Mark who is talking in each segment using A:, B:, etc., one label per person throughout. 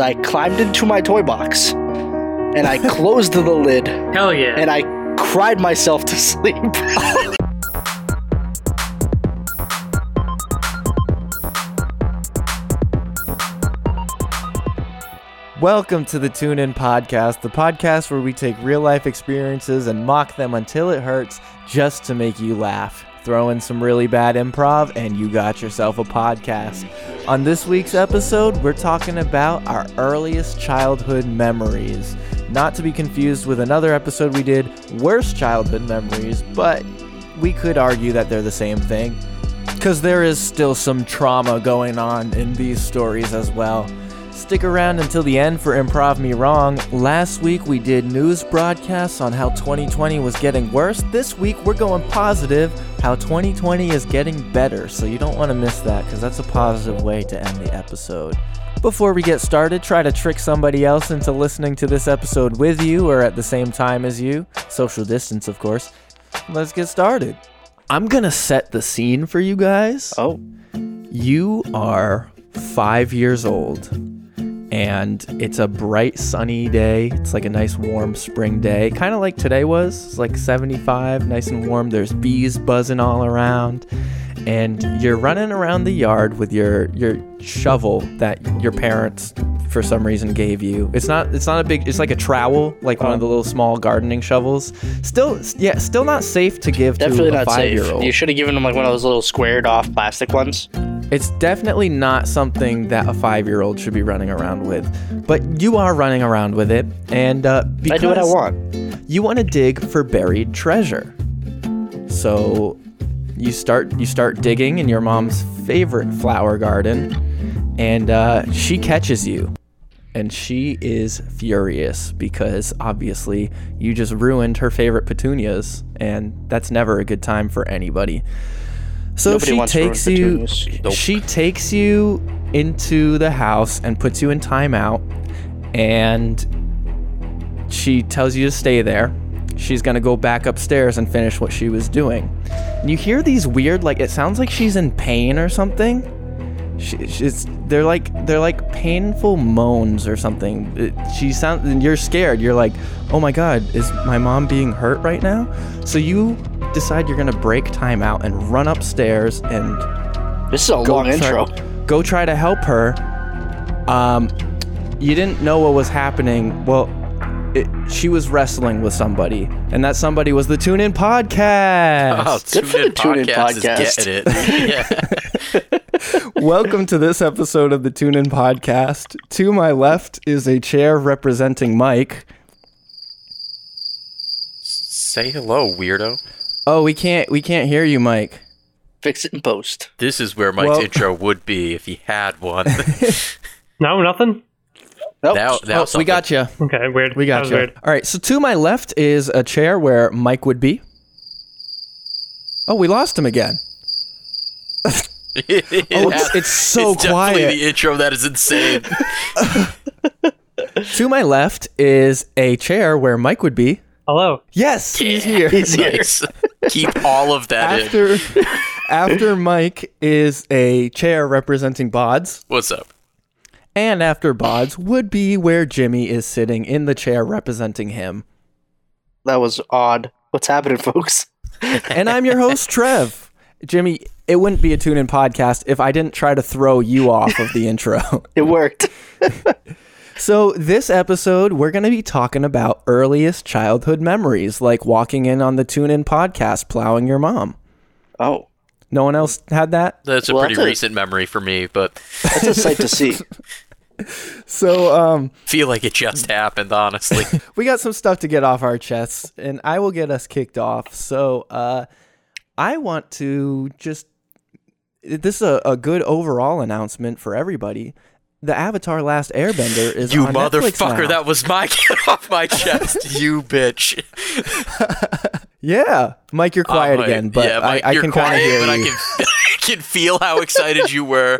A: I climbed into my toy box and I closed the lid
B: Hell yeah.
A: and I cried myself to sleep.
C: Welcome to the Tune In Podcast, the podcast where we take real life experiences and mock them until it hurts just to make you laugh. Throw in some really bad improv, and you got yourself a podcast. On this week's episode, we're talking about our earliest childhood memories. Not to be confused with another episode we did, Worst Childhood Memories, but we could argue that they're the same thing. Because there is still some trauma going on in these stories as well. Stick around until the end for Improv Me Wrong. Last week we did news broadcasts on how 2020 was getting worse. This week we're going positive, how 2020 is getting better. So you don't want to miss that because that's a positive way to end the episode. Before we get started, try to trick somebody else into listening to this episode with you or at the same time as you. Social distance, of course. Let's get started. I'm going to set the scene for you guys.
A: Oh,
C: You are five years old, and it's a bright, sunny day. It's like a nice, warm spring day, kind of like today was. It's like 75, nice and warm. There's bees buzzing all around, and you're running around the yard with your your shovel that your parents, for some reason, gave you. It's not it's not a big. It's like a trowel, like
A: Oh.
C: one of the little small gardening shovels. Still, yeah, still not safe to give
A: definitely
C: to a
A: not
C: five year
A: safe.
C: old.
A: You should have given him like one of those little squared off plastic ones.
C: It's definitely not something that a five year old should be running around with, but you are running around with it, and uh,
A: I
C: because
A: do what I want.
C: you want to dig for buried treasure. So you start you start digging in your mom's favorite flower garden, and uh, she catches you, and she is furious because obviously you just ruined her favorite petunias, and that's never a good time for anybody. So
A: Nobody
C: she
A: wants ruined
C: takes you.
A: petunias. Nope.
C: She takes you into the house and puts you in timeout, and she tells you to stay there. She's gonna go back upstairs and finish what she was doing. And you hear these weird, like it sounds like she's in pain or something. She, she's they're like they're like painful moans or something. It- she sounds and you're scared. You're like, oh my god, is my mom being hurt right now? So you decide you're gonna break time out and run upstairs and
A: This is a long intro.
C: Sorry. Go try to help her. Um, you didn't know what was happening. Well, it, she was wrestling with somebody, and that somebody was the Tune In
D: Oh,
C: Podcast.
A: Good for the Tune In Podcast.
D: Is getting it. yeah.
C: Welcome to this episode of the Tune In Podcast. To my left is a chair representing Mike.
D: Say hello, weirdo.
C: Oh, we can't we can't hear you, Mike.
A: Fix it in post.
D: This is where Mike's
C: Well-
D: intro would be if he had one.
B: no, nothing?
A: Nope.
D: now, now
C: oh, we got you.
B: Okay, weird.
C: We
B: that
C: got
B: was
C: you.
B: weird.
C: All right. So to my left is a chair where Mike would be. Oh, we lost him again.
D: you.
C: Oh, it's, it's so quiet.
D: the intro that is insane.
C: to my left is a chair where Mike would be.
B: Hello.
C: Yes, he's here.
D: Nice. Keep all of that in.
C: After, after Mike is a chair representing Bods,
D: What's up?
C: and after Bods would be where Jimmy is sitting in the chair representing him.
A: That was odd. What's happening, folks?
C: And I'm your host, Trev. Jimmy, it wouldn't be a tune in podcast if I didn't try to throw you off of the intro.
A: It worked.
C: So, this episode, we're going to be talking about earliest childhood memories, like walking in on the tune in podcast, plowing your mom.
A: Oh,
C: No one else had that?
D: That's a
A: Well,
D: pretty
A: that's a-
D: recent memory for me, but
A: that's a sight to see.
C: So, um,
D: feel like it just happened, honestly.
C: we got some stuff to get off our chests, and I will get us kicked off. So uh, I want to just this is a, a good overall announcement for everybody. The Avatar: Last Airbender is
D: you
C: on Netflix now.
D: motherfucker, that was my get off my chest, you bitch.
C: yeah, Mike, you're quiet
D: Oh, my-
C: again, but
D: yeah, Mike,
C: I, I
D: you're
C: can kind of
D: quiet,
C: hear
D: but
C: you.
D: I can, I can feel how excited you were,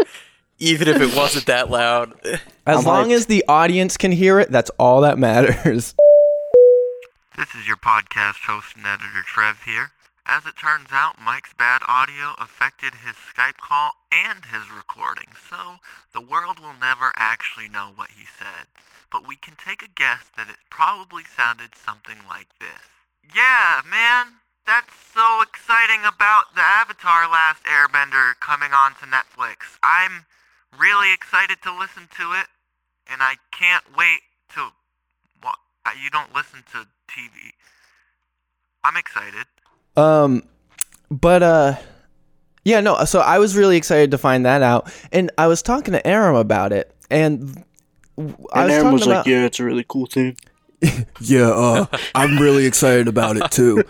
D: even if it wasn't that loud.
C: As
A: I'm
C: long
A: hyped.
C: as the audience can hear it, that's all that matters.
E: This is your podcast host and editor Trev here. As it turns out, Mike's bad audio affected his Skype call and his recording, so the world will never actually know what he said. But we can take a guess that it probably sounded something like this. Yeah, man, that's so exciting about the Avatar Last Airbender coming on to Netflix. I'm really excited to listen to it, and I can't wait to. Well, I- you don't listen to TV. I'm excited.
C: Um, but uh, yeah, no. So I was really excited to find that out, and I was talking to Aram about it, and I
A: And
C: was
A: Aaron
C: talking
A: was
C: about
A: like, yeah, it's a really cool thing.
F: Yeah, uh, I'm really excited about it too.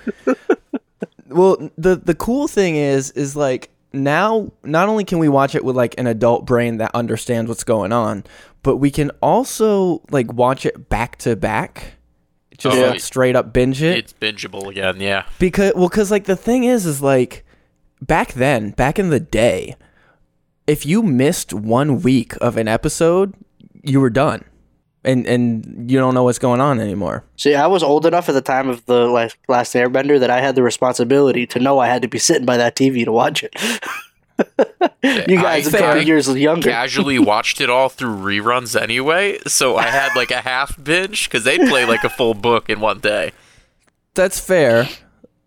C: well, the the cool thing is is like now not only can we watch it with like an adult brain that understands what's going on, but we can also like watch it back to back, just
D: Oh,
C: like
D: it-
C: straight up binge it.
D: It's bingeable again, yeah.
C: because well because like the thing is is like back then back in the day if you missed one week of an episode you were done and and you don't know what's going on anymore
A: See, I was old enough at the time of the last, last Airbender that I had the responsibility to know I had to be sitting by that TV to watch it. you guys
D: I-
A: are a couple
D: I
A: years younger.
D: Casually watched it all through reruns anyway, so I had like a half binge because they'd play like a full book in one day.
C: that's fair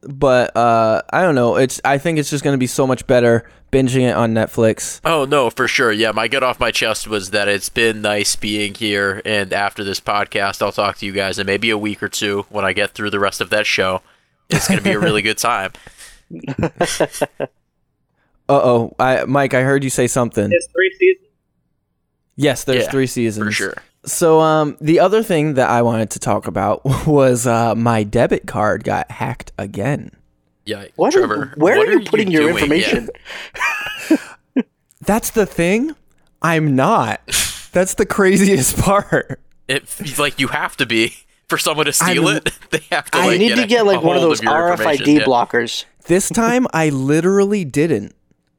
C: but uh i don't know it's i think it's just going to be so much better binging it on netflix
D: Oh no, for sure. Yeah, my get off my chest was that it's been nice being here, and after this podcast, I'll talk to you guys in maybe a week or two when I get through the rest of that show. It's gonna be a really good time.
C: uh-oh i mike i heard you say something
B: There's three seasons.
C: yes there's
D: Yeah,
C: three seasons
D: For sure.
C: So um the other thing that I wanted to talk about was uh my debit card got hacked again.
D: Yeah.
A: What are-
D: Trevor,
A: where
D: what
A: are you putting your
D: doing? Yeah.
A: information?
C: That's the thing? I'm not. That's the craziest part.
D: It feels like you have to be for someone to steal
C: I'm-
D: it. They have to.
A: I
D: like,
A: need
D: get
A: to
D: a-
A: get
D: a
A: like one of
D: hold
A: those
D: your information.
A: RFID
D: Yeah.
A: blockers.
C: This time I literally didn't.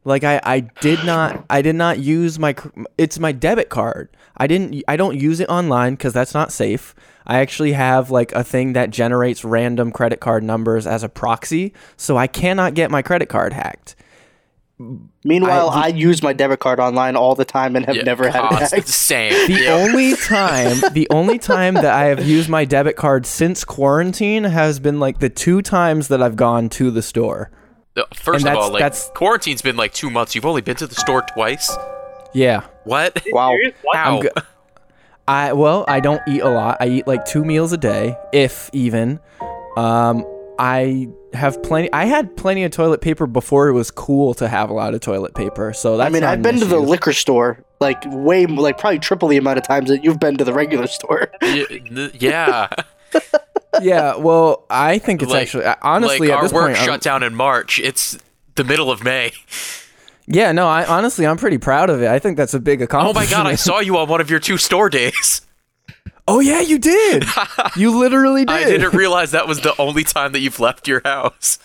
C: Like I I did not I did not use my cr- it's my debit card. I didn't I don't use it online cuz that's not safe. I actually have like a thing that generates random credit card numbers as a proxy, so I cannot get my credit card hacked.
A: Meanwhile, I, use my debit card online all the time and have
D: Yeah,
A: never had it
D: cost-
A: hacked.
D: Same.
C: The
D: Yeah.
C: only time, the only time that I have used my debit card since quarantine has been like the two times that I've gone to the store.
D: No, First of
C: that's-
D: all, like
C: that's-
D: quarantine's been like two months. You've only been to the store twice.
C: Yeah.
D: What?
A: Wow.
B: Serious? What?
D: How?
C: go- I well, I don't eat a lot. I eat like two meals a day, if even. Um, I have plenty. I had plenty of toilet paper before it was cool to have a lot of toilet paper. So that's
A: I mean,
C: not
A: I've
C: an
A: been to the
C: issue.
A: liquor store like way, like probably triple the amount of times that you've been to the regular store.
D: Y- n- yeah.
C: yeah. Well, I think it's
D: Like-
C: actually I- honestly
D: like
C: at
D: our
C: this
D: work
C: point.
D: shut
C: I'm,
D: down in March. It's the middle of May.
C: yeah. No. I honestly, I'm pretty proud of it. I think that's a big
D: Oh my
C: accomplishment.
D: god, I saw you on one of your two store days.
C: Oh yeah, you did. you literally did.
D: I didn't realize that was the only time that you've left your house.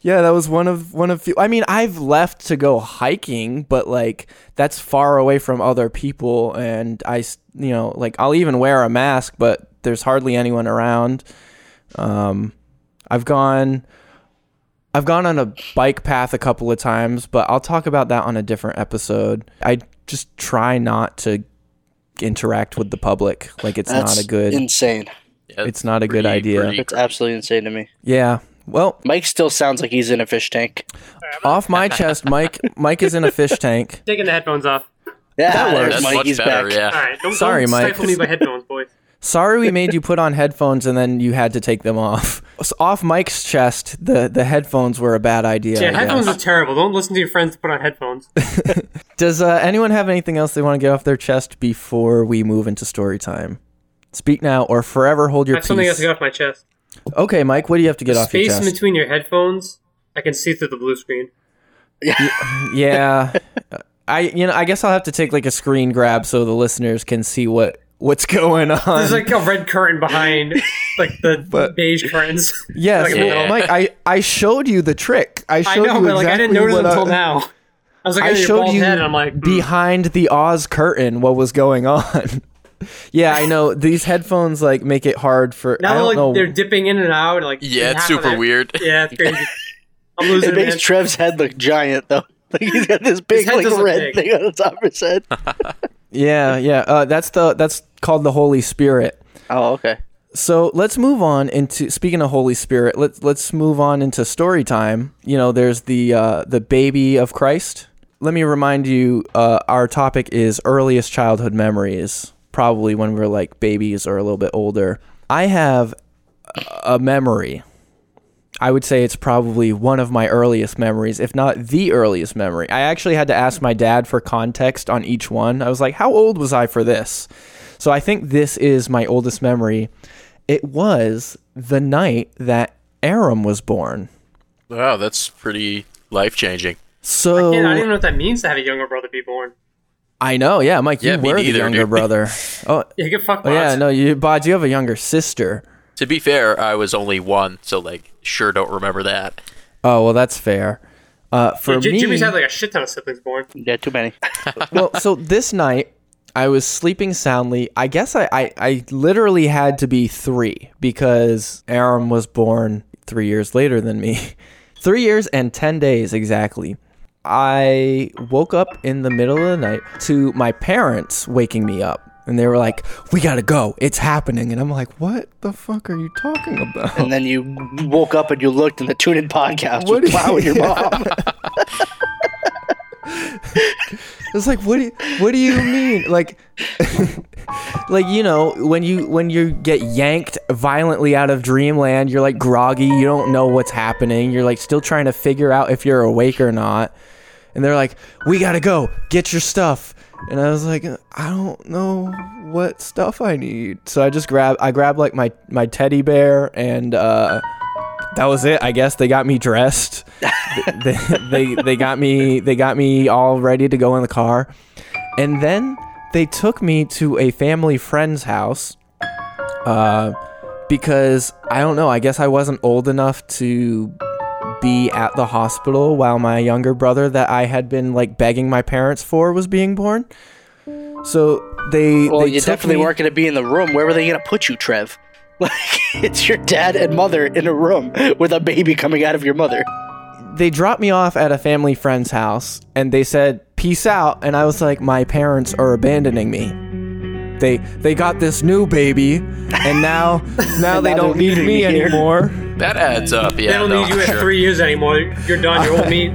C: Yeah, that was one of one of few. I mean, I've left to go hiking, but like that's far away from other people, and I, s- you know, like I'll even wear a mask, but there's hardly anyone around. Um, I've gone, I've gone on a bike path a couple of times, but I'll talk about that on a different episode. I just try not to interact with the public. Like it's
A: That's
C: not a good,
A: insane.
D: Yeah,
C: it's not a good
D: pretty-
C: idea.
D: pretty-
A: It's absolutely insane to me.
C: Yeah. Well,
A: Mike still sounds like he's in a fish tank.
C: off my chest, Mike. Mike is in a fish tank.
B: Taking the headphones off.
A: Yeah, there's
D: That's
A: Mike.
D: much
A: he's
D: better.
A: back.
D: Yeah.
B: All right. Don't,
C: Sorry,
B: don't
C: Mike.
B: Stifle me by headphones, boys.
C: Sorry we made you put on headphones and then you had to take them off. So off Mike's chest, the, the headphones were a bad idea.
B: Yeah,
C: I guess.
B: headphones are terrible. Don't listen to your friends put on headphones.
C: Does uh, anyone have anything else they want to get off their chest before we move into story time? Speak now or forever hold
B: I
C: your
B: have something else
C: peace.
B: to get off my chest.
C: Okay, Mike, what do you have to get off your
B: Space in
C: chest?
B: between your headphones. I can see through the blue screen.
C: yeah. I you know, I guess I'll have to take like a screen grab so the listeners can see what what's going on.
B: There's like a red curtain behind, like the beige curtains.
C: yes,
B: like,
C: well,
B: yeah.
C: Mike, I I showed you the trick. I
B: I
C: showed
B: know,
C: you
B: but like I didn't
C: exactly
B: notice
C: what
B: until
C: I-
B: now. I was like,
C: I
B: your
C: showed
B: bald
C: you
B: head, and I'm like, hmm.
C: behind the Oz curtain what was going on. Yeah, I know these headphones like make it hard for. I
B: Now
C: don't
B: like
C: know.
B: they're dipping in and out. Like
D: Yeah, it's
B: half of
D: super
B: that-
D: weird.
B: Yeah, it's crazy. I'm losing
A: It
B: it.
A: makes
B: man.
A: Trev's head look giant though. Like he's got this big
B: head
A: like
B: doesn't
A: red
B: big.
A: thing on the top of his head.
C: yeah, yeah. Uh, that's the that's called the Holy Spirit.
A: Oh, okay.
C: So let's move on into speaking of Holy Spirit. Let's let's move on into story time. You know, there's the uh, the baby of Christ. Let me remind you, uh, our topic is earliest childhood memories. Probably when we're like babies or a little bit older. I have a memory. I would say it's probably one of my earliest memories, if not the earliest memory. I actually had to ask my dad for context on each one. I was like, "How old was I for this?" So I think this is my oldest memory. It was the night that Aram was born.
D: Wow, that's pretty life changing.
C: So
B: Yeah, I don't
C: I,
B: even know what that means to have a younger brother be born.
C: know, yeah, Mike, you
D: Yeah, me
C: were the
D: neither,
C: younger
D: dude.
C: brother. Oh,
B: Yeah, get fucked.
C: oh, yeah,
B: Boz.
C: no, you, Bod, you have a younger sister.
D: To be fair, I was only one, so like, sure don't remember that.
C: Oh well, that's fair. Uh, for
B: J-
C: me,
B: Jimmy's had like a shit ton of siblings born.
A: Yeah, too many.
C: well, so this night I was sleeping soundly. I guess I, I, I literally had to be three because Aram was born three years later than me. Three years and 10 days exactly. I woke up in the middle of the night to my parents waking me up. And they were like, we gotta go. It's happening. And I'm like, what the fuck are you talking about?
A: And then you woke up and you looked, and the tune in podcast
C: What
A: was
C: is-
A: plowing your
C: yeah.
A: mom.
C: It's like what do you, what do you mean? Like like you know, when you when you get yanked violently out of dreamland, you're like groggy, you don't know what's happening. You're like still trying to figure out if you're awake or not. And they're like, "We got to go. Get your stuff." And I was like, "I don't know what stuff I need." So I just grab I grabbed like my my teddy bear and uh that was it. I guess they got me dressed. they, they they got me they got me all ready to go in the car, and then they took me to a family friend's house, uh, because I don't know. I guess I wasn't old enough to be at the hospital while my younger brother that I had been like begging my parents for was being born. So they
A: Well,
C: they
A: you
C: took
A: definitely
C: me-
A: weren't going to be in the room. Where were they going to put you, Trev? Like, it's your dad and mother in a room with a baby coming out of your mother.
C: they dropped me off at a family friend's house and they said peace out and i was like my parents are abandoning me they they got this new baby and now now they
A: they're
C: don't need
A: leaving
C: me
A: me here.
C: anymore
D: That adds up. Yeah,
B: they don't
D: no,
B: need you
D: I'm
B: at
D: sure.
B: three years anymore. You're done. You're old meat.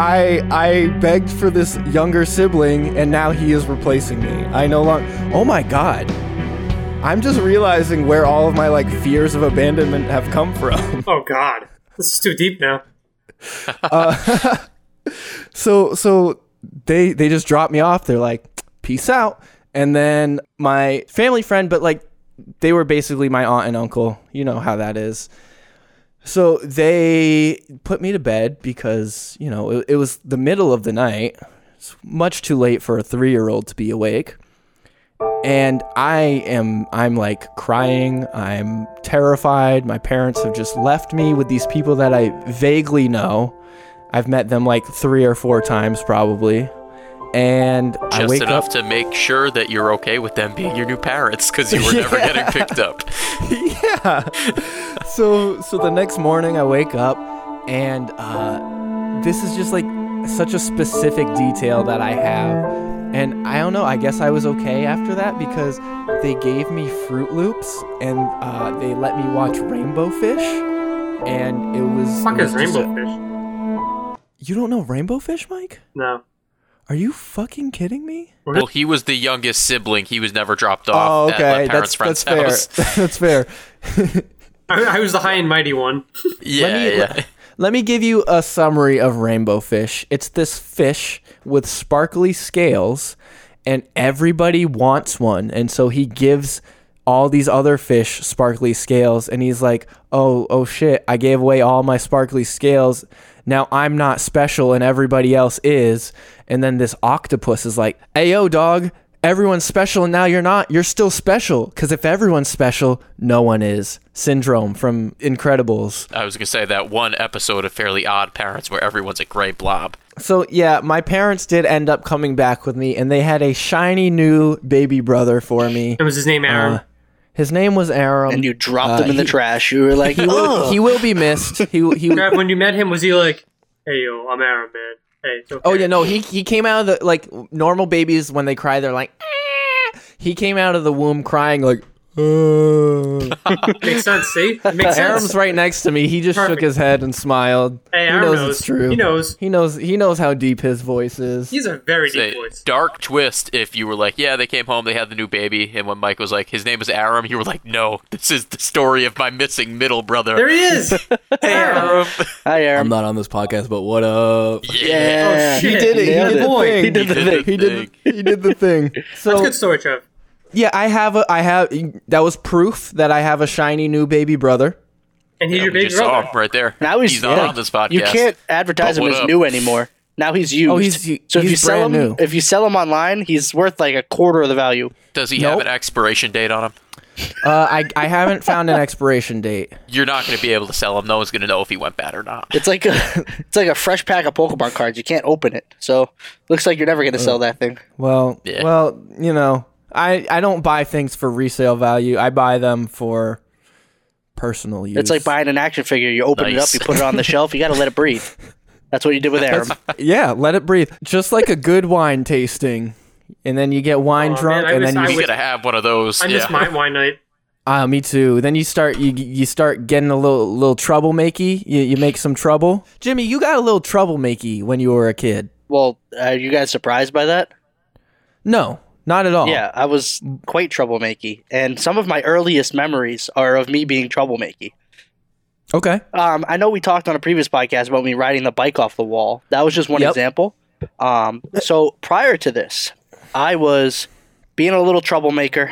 C: i i begged for this younger sibling and now he is replacing me i no longer oh my god i'm just realizing where all of my like fears of abandonment have come from
B: Oh god, this is too deep now.
C: so so they they just dropped me off they're like peace out and then my family friend but like they were basically my aunt and uncle you know how that is so they put me to bed because you know it, it was the middle of the night it's much too late for a three-year-old to be awake and i am i'm like crying i'm terrified my parents have just left me with these people that i vaguely know I've met them like three or four times probably. And I
D: Just
C: wake
D: enough
C: up.
D: to make sure that you're okay with them being your new parents because you were never getting picked up.
C: So so the next morning I wake up and uh, this is just like such a specific detail that I have. And I don't know, I guess I was okay after that because they gave me Fruit Loops and uh, they let me watch Rainbow Fish. And it was. it
B: Fuck
C: was
B: is
C: just
B: rainbow
C: a-
B: fish?
C: you don't know Rainbow Fish, Mike?
B: No.
C: Are you fucking kidding me?
D: Well, he was the youngest sibling. He was never dropped off at my parents' friend's house.
C: Oh, that's fair. That's fair.
B: I, I was the high and mighty one.
D: Yeah,
C: me-
D: yeah.
C: Let me give you a summary of rainbow fish. It's this fish with sparkly scales, and everybody wants one. And so he gives all these other fish sparkly scales, and he's like, oh, oh shit, I gave away all my sparkly scales. Now I'm not special, and everybody else is. And then this octopus is like, hey, yo, dog. everyone's special and now you're not. You're still special because if everyone's special, no one is. Syndrome from Incredibles.
D: I was gonna say that one episode of Fairly Odd Parents where everyone's a gray blob.
C: So yeah, my parents did end up coming back with me, and they had a shiny new baby brother for me.
B: It was his name, Aaron.
C: Uh, his name was Aram.
A: and you dropped them in the trash. You were like, oh,
C: Uh, he will be missed. He he.
B: Brad, when you met him, was he like, "Hey, yo, I'm Aaron, man. Hey, it's okay."
C: Oh yeah, no, he he came out of the like normal babies when they cry, they're like. "Ah." He came out of the womb crying like. "Ah."
B: makes sense. See, it makes sense.
C: Aram's right next to me. He just shook
B: Perfect.
C: his head and smiled.
B: Hey,
C: he
B: Aram
C: knows,
B: knows.
C: it's true.
B: He knows.
C: He knows. He knows how deep his voice is.
B: He's a very
D: Say,
B: deep voice.
D: dark twist if you were like, yeah, they came home, they had the new baby, and when Mike was like, his name is Aram, you were like, no, this is the story of my missing middle brother.
B: There he is. hey, Aaron.
A: hi,
F: I'm
A: Aaron.
F: not on this podcast, but what up?
A: Yeah,
B: Oh, shit.
C: He did it. He
A: Nailed
C: did the
B: Boy.
C: thing.
A: He did the thing.
C: He did. The, he did the thing.
B: That's a
C: So
B: good story, Trev.
C: yeah, I have a. I have. That was proof that I have a shiny new baby brother.
B: And he's
D: Yeah,
B: your
D: we
B: big
D: just saw him
B: brother.
D: right there.
A: Now he's,
D: not
A: yeah.
D: on this podcast.
A: You can't advertise
D: But
A: him
D: what
A: as
D: up?
A: new anymore. Now he's used.
C: Oh, he's-
A: so if
C: he's
A: you sell him,
C: brand new.
A: if you sell him online, he's worth like a quarter of the value.
D: Does he have
C: Nope.
D: an expiration date on him?
C: Uh, I I haven't found an expiration date.
D: You're not going to be able to sell him. No one's going to know if he went bad or not.
A: It's like a, it's like a fresh pack of Pokemon cards. You can't open it, so looks like you're never gonna sell that thing.
C: Well,
D: Yeah.
C: well, you know, I I don't buy things for resale value. I buy them for personal use.
A: It's like buying an action figure. You open it up,
D: Nice.
A: you put it on the shelf. You gotta let it breathe. That's what you did with Aram.
C: yeah, let it breathe, just like a good wine tasting. And then you get wine
B: Aw, man,
C: drunk,
B: I
C: and
B: miss-
C: then
B: I
C: you
D: He's
B: wish-
D: going to have one of those.
B: I
D: yeah.
B: missed my wine night.
C: ah, me too. Then you start you you start getting a little little troublemaky. You you make some trouble. Jimmy, you got a little troublemaky when you were a kid.
A: Well, are you guys surprised by that?
C: No, not at all.
A: Yeah, I was quite troublemaking, and some of my earliest memories are of me being troublemaking.
C: Okay.
A: Um, I know we talked on a previous podcast about me riding the bike off the wall. That was just one
C: Yep.
A: example. Um, so prior to this, I was being a little troublemaker,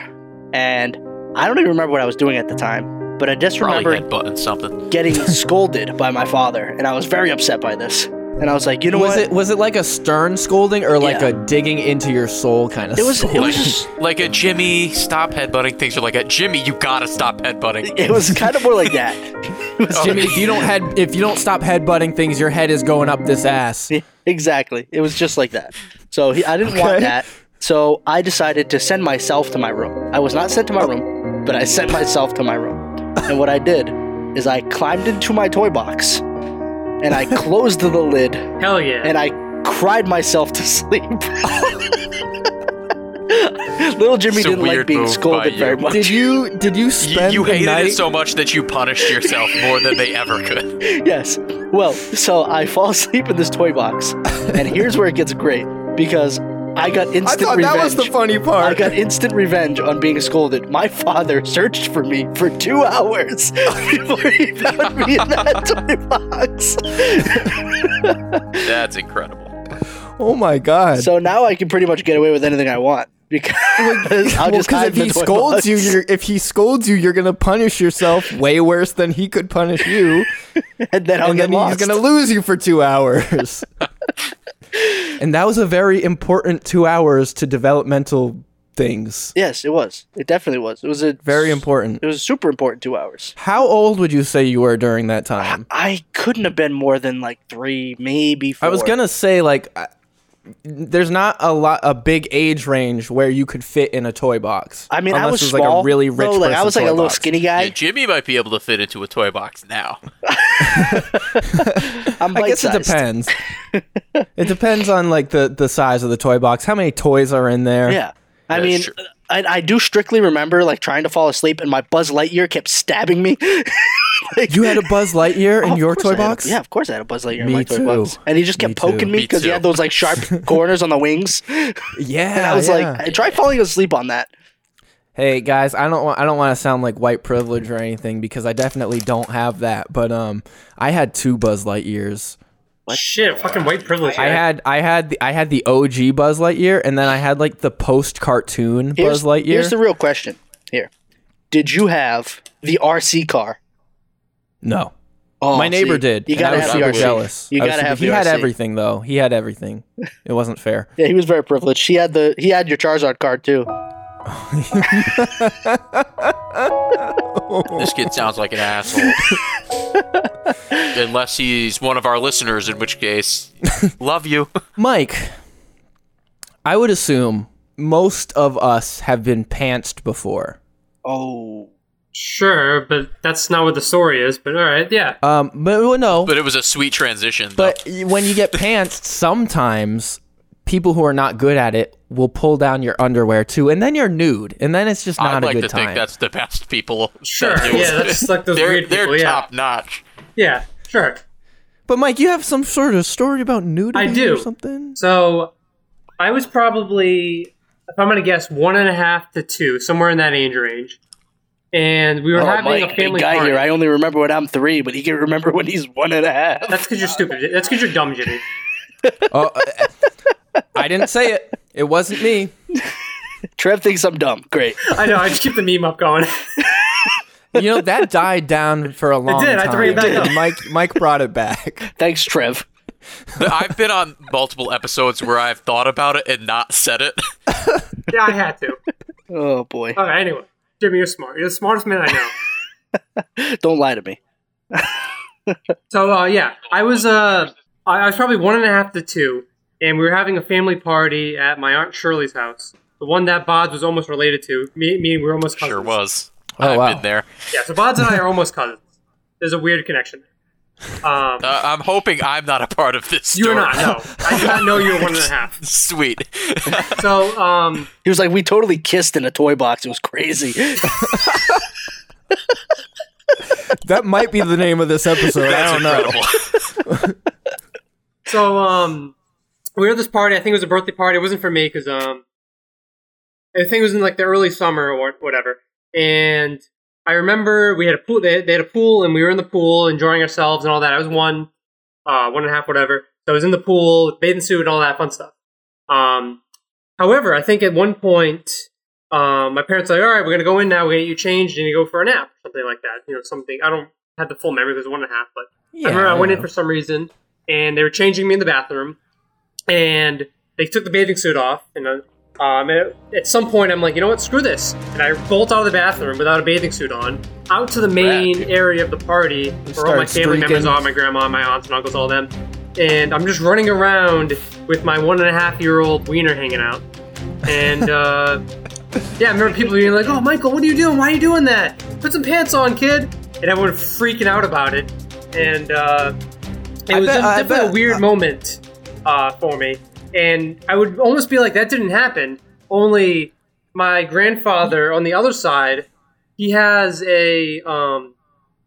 A: and I don't even remember what I was doing at the time, but I just
D: Probably
A: remember
D: headbutting something.
A: getting scolded by my father, and I was very upset by this. And I was like, you know
C: was
A: what?
C: it was it like a stern scolding or like
A: Yeah.
C: a digging into your soul kind of?
A: It was. It
D: Like,
A: was. Just,
D: like a Jimmy, stop headbutting things. You're like, a Jimmy, you got to stop headbutting.
A: it was kind of more like that. It was
C: Jimmy, if you don't head, if you don't stop headbutting things, your head is going up this ass.
A: Yeah, exactly. It was just like that. So he, I didn't want
C: Okay.
A: that. So I decided to send myself to my room. I was not sent to my room, but I sent myself to my room. And what I did is I climbed into my toy box and I closed the lid
B: Hell yeah.
A: and I cried myself to sleep. Little Jimmy
D: It's a
A: didn't
D: weird
A: like being
D: move by
A: scolded
D: you.
A: very much.
C: Did you did you
D: You,
C: spend
D: you
C: the
D: hated
C: night?
D: it so much that you punished yourself more than they ever could.
A: yes. Well, so I fall asleep in this toy box, and here's where it gets great because I got instant
C: I thought
A: revenge.
C: that was the funny
A: I
C: part.
A: got instant revenge on being scolded. My father searched for me for two hours before he found me in that toy box.
D: That's incredible.
C: oh my god!
A: So now I can pretty much get away with anything I want because I'll
C: Well,
A: just hide
C: if
A: in the
C: he
A: toy
C: scolds
A: box.
C: you, you're, if he scolds you, you're gonna punish yourself way worse than he could punish you,
A: and then I'll
C: and
A: get
C: then
A: lost.
C: he's gonna lose you for two hours. and that was a very important two hours to developmental things.
A: yes, it was. It definitely was. It was a
C: Very important.
A: It was a super important two hours.
C: How old would you say you were during that
A: Ah,
C: time?
A: I couldn't have been more than like three, maybe four.
C: I was gonna say like, I- there's not a lot a big age range where you could fit in a toy box.
A: I mean, I
C: Unless
A: was
C: it was,
A: small.
C: like a really rich.
A: though, like I
C: person's
A: was like a
C: toy
A: little
C: box.
A: skinny
D: Yeah,
A: guy.
D: Jimmy might be able to fit into a toy box now.
A: I'm
C: I guess it
A: bite-sized.
C: depends. it depends on like the the size of the toy box, how many toys are in there.
A: Yeah. I
D: Yeah,
A: mean,
D: sure.
A: I, I do strictly remember like trying to fall asleep and my Buzz Lightyear kept stabbing me. Like-
C: You had a Buzz Lightyear in
A: Oh, of
C: your
A: course
C: toy
A: I had a-
C: box.
A: yeah, of course I had a Buzz Lightyear in
C: Me
A: my toy
C: too.
A: box. And he just kept
C: Me
A: poking
C: too.
A: me
D: Me
A: because he
D: too.
A: had those like sharp corners on the wings. And
C: yeah.
A: I was
C: yeah.
A: like, I tried falling asleep on that.
C: Hey guys, I don't want I don't want to sound like white privilege or anything because I definitely don't have that. But um, I had two Buzz Lightyears.
B: Shit, fucking white privilege.
C: I
B: right?
C: had I had the I had the OG Buzz Lightyear, and then I had like the post cartoon
A: Here's-
C: Buzz Lightyear.
A: Here's the real question. Here. Did you have the RC car?
C: no,
A: Oh,
C: My neighbor
A: see,
C: did.
A: You
C: and I
A: gotta
C: was
A: have
C: super
A: the RC.
C: jealous.
A: You
C: I was
A: gotta
C: super-
A: have
C: He
A: the
C: had
A: RC.
C: everything though. He had everything. It wasn't fair.
A: Yeah, he was very privileged. He had the he had your Charizard card too.
D: This kid sounds like an asshole. Unless he's one of our listeners, in which case, love you.
C: Mike, I would assume most of us have been pantsed before.
A: Oh,
B: Sure, but that's not what the story is. But all right, yeah.
C: Um, but well, no,
D: But it was a sweet transition. though.
C: But y- when you get pantsed, sometimes people who are not good at it will pull down your underwear too, and then you're nude, and then it's just not
D: I'd
C: a
D: like
C: good
D: to
C: time.
D: think that's the best people. that
B: Sure,
D: do it.
B: yeah, that's just like those
D: they're
B: weird
D: they're
B: people, yeah.
D: top notch.
B: Yeah, sure.
C: but Mike, you have some sort of story about nudity
B: I
C: or
B: do.
C: something.
B: So I was probably, if I'm gonna guess, one and a half to two, somewhere in that age range. And we were
A: oh
B: having
A: Mike,
B: a
A: big
B: family
A: guy
B: party.
A: here. I only remember when I'm three, but he can remember when he's one and a half.
B: That's because you're stupid. That's because you're dumb, Jimmy.
C: Oh, uh, I didn't say it. It wasn't me.
A: Trev thinks I'm dumb. Great.
B: I know. I just keep the meme up going.
C: You know that died down for a long
B: did,
C: time.
B: I had to bring it back up.
C: And Mike, Mike brought it back.
A: Thanks, Trev.
D: I've been on multiple episodes where I've thought about it and not said it.
B: yeah, I had to.
A: Oh boy,
B: All right, anyway, Jimmy, you're smart. You're the smartest man I know.
A: don't lie to me.
B: So uh, yeah, I was uh, I, I was probably one and a half to two, and we were having a family party at my aunt Shirley's house, the one that Bods was almost related to. Me, me, and we were almost cousins.
D: Sure was.
C: Oh,
D: I've
C: wow.
D: been there.
B: Yeah, so Bods and I are almost cousins. There's a weird connection. Um,
D: Uh, I'm hoping I'm not a part of this.
B: you are
D: story.
B: not. No, I did not know you were one and a half.
D: Sweet.
B: So um,
A: He was like, we totally kissed in a toy box. It was crazy.
C: That might be the name of this episode. I
D: That's
C: don't know.
D: incredible.
B: So um, we were at this party. I think it was a birthday party. It wasn't for me because um, I think it was in like the early summer or what- whatever. And I remember we had a pool. They, they had a pool, and we were in the pool enjoying ourselves and all that. I was one, uh, one and a half, whatever. So I was in the pool, with bathing suit, and all that fun stuff. Um, however, I think at one point. Um, my parents were like, all right, we're gonna go in now. We're gonna get you changed, and you go for a nap, something like that. You know, something. I don't have the full memory because it was one and a half, but
C: Yeah,
B: I remember I went in
C: know.
B: for some reason, and they were changing me in the bathroom, and they took the bathing suit off. And uh, um, at, at some point, I'm like, you know what? Screw this! And I bolt out of the bathroom without a bathing suit on, out to the main area of the party where all my
C: start
B: family members
C: streaking.
B: are, my grandma, my aunts and uncles, all them. And I'm just running around with my one and a half year old wiener hanging out. And uh, yeah, I remember people being like, "Oh, Michael, what are you doing? Why are you doing that? Put some pants on, kid!" And everyone freaking out about it. And uh, it
C: I
B: was
C: bet-
B: a-
C: I
B: definitely
C: bet-
B: a weird moment uh, for me. And I would almost be like, "That didn't happen." Only my grandfather on the other side, he has a um,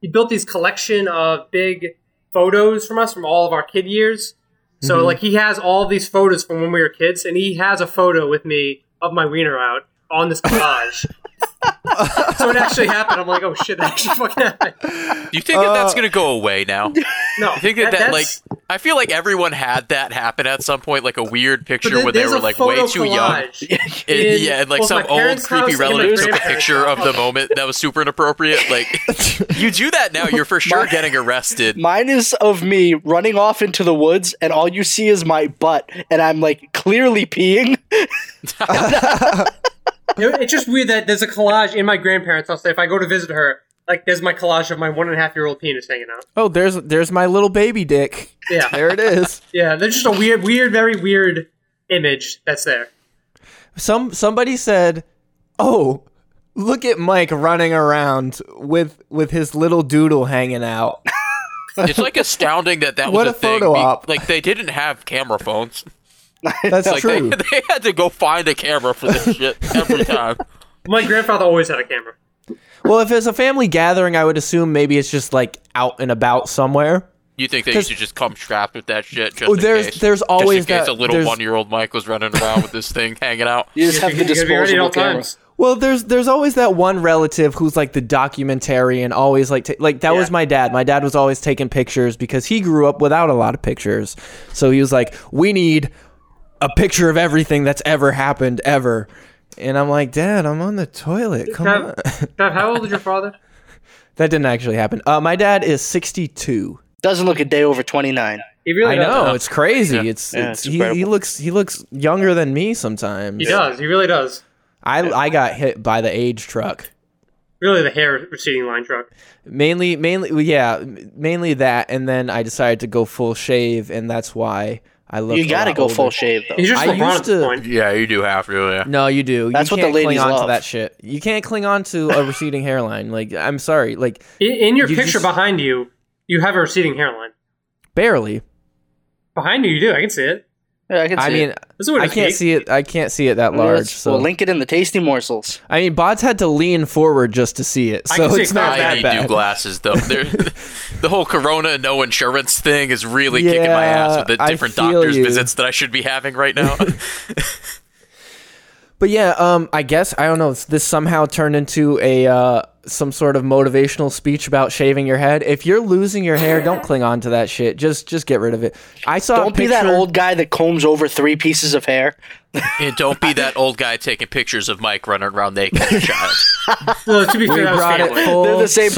B: he built these collection of big photos from us from all of our kid years. So
D: Mm-hmm.
B: like he has all these photos from when we were kids, and he has a photo with me of my wiener out on this collage. so it actually happened. I'm like, oh shit, that actually fucking happened.
D: Do you think that
C: Uh,
D: that's gonna go away now? Do you
B: No, I
D: think that, that like?
B: that's-
D: I feel like everyone had that happen at some point, like a weird
B: but
D: picture
B: there-
D: where they
B: there's
D: were
B: a
D: like
B: photo
D: way too young.
B: collage
D: It-
B: in
D: yeah, and like
B: both
D: some
B: my
D: old
B: parents' house
D: creepy
B: and my
D: relative took a
B: grandparents'
D: picture of
B: house.
D: the moment that was super inappropriate. Like, you do that now, you're for sure getting arrested.
A: Mine is of me running off into the woods, and all you see is my butt, and I'm like clearly peeing.
B: You know, it's just weird that there's a collage in my grandparents' house. That if I go to visit her, like there's my collage of my one and a half year old penis hanging out.
C: Oh, there's there's my little baby dick.
B: Yeah,
C: There it is.
B: yeah. There's just a weird, weird, very weird image that's there.
C: some somebody said, "Oh, look at Mike running around with with his little doodle hanging out."
D: It's like astounding that that
C: What
D: was
C: a
D: a thing.
C: photo
D: be-
C: op.
D: Like they didn't have camera phones.
C: That's
D: Like they,
C: true.
D: they had to go find a camera for this shit every time.
B: My grandfather always had a camera.
C: well, if it's a family gathering, I would assume maybe it's just like out and about somewhere.
D: You think they
C: 'Cause-
D: used to just come strapped with that shit? Just
C: Oh,
D: in
C: there's
D: case.
C: there's always
D: just in case
C: that
D: a little
C: there's-
D: one year old Mike was running around with this thing hanging out.
A: You just have the
B: You gotta be ready at
A: disposable
B: all
A: camera.
B: times.
C: Well, there's there's always that one relative who's like the documentarian, always like ta- like that was my dad. My dad was always taking pictures because he grew up without a lot of pictures. So he was like, "We need a picture of everything that's ever happened ever." And I'm like, "Dad, I'm on the toilet. Come on."
B: Trav, Trav, how old is your father?
C: That didn't actually happen. Uh, my dad is 62.
A: Doesn't look a day over 29.
B: He really
C: I
B: does.
C: know it's crazy.
D: Yeah.
C: It's,
A: Yeah,
C: it's
A: it's
C: he, he
A: incredible.
C: looks he looks younger than me sometimes.
B: He does. He really does.
C: I I got hit by the age truck.
B: Really, the hair receding line truck.
C: Mainly, mainly, well, yeah, m- mainly that, and then I decided to go full shave, and that's why I look.
A: You
C: a
A: gotta
C: lot
A: go full
C: older.
A: shave though.
B: He's just
C: I
B: LeBron
C: used
B: at this
C: to-
B: point.
D: Yeah, you do have to. Yeah.
C: No, you do.
A: That's
C: you
A: what the
C: can't
A: ladies
C: cling on to
A: love.
C: that shit. You can't cling on to a receding hairline. Like I'm sorry, like
B: In, in your
C: You
B: picture
C: just-
B: behind you, you have a receding hairline.
C: barely.
B: Behind you, you do. I can see it.
A: Yeah, I can see
C: I mean,
A: it.
B: That's what
C: I can't see it. I can't see it that
A: Well,
C: large.
A: let's-
C: So
A: We'll link it in the tasty morsels.
C: I mean, Bods had to lean forward just to see it,
B: I can
C: so
B: see
C: it's
B: it
C: not
B: clear as
D: I
C: that
D: need
C: bad.
D: new glasses though. They're- the whole Corona no insurance thing is really kicking my ass with the
C: Yeah, I
D: different
C: feel
D: doctors
C: you.
D: visits that I should be having right now.
C: But yeah, um, I guess I don't know. This somehow turned into a uh, some sort of motivational speech about shaving your head. If you're losing your hair, don't cling on to that shit. Just just get rid of it. I saw. a
A: Don't be that
C: picture-
A: old guy that combs over three pieces of hair.
D: and don't be that old guy taking pictures of Mike running around naked as a child.
B: Well, to be
C: We
B: fair, that was
C: brought it
B: family.
C: full
A: They're the same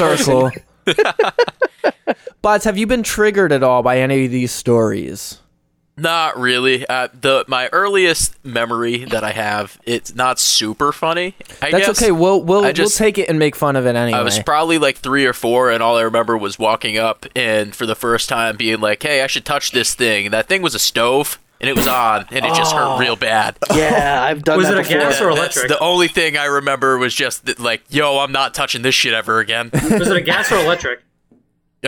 C: circle. Bots, have you been triggered at all by any of these stories?
D: Not really. Uh, the my earliest memory that I have, it's not super funny. I
C: That's
D: guess.
C: okay. We'll we'll,
D: I just-
C: we'll take it and make fun of it anyway.
D: I was probably like three or four, and all I remember was walking up and for the first time being like, "Hey, I should touch this thing." And that thing was a stove, and it was on, and it just hurt real bad.
A: Yeah, I've done
B: Was
A: that
B: it a
A: before.
B: gas or
D: That's
B: electric?
D: the only thing I remember was just that, like, "Yo, I'm not touching this shit ever again."
B: Was it a gas or electric?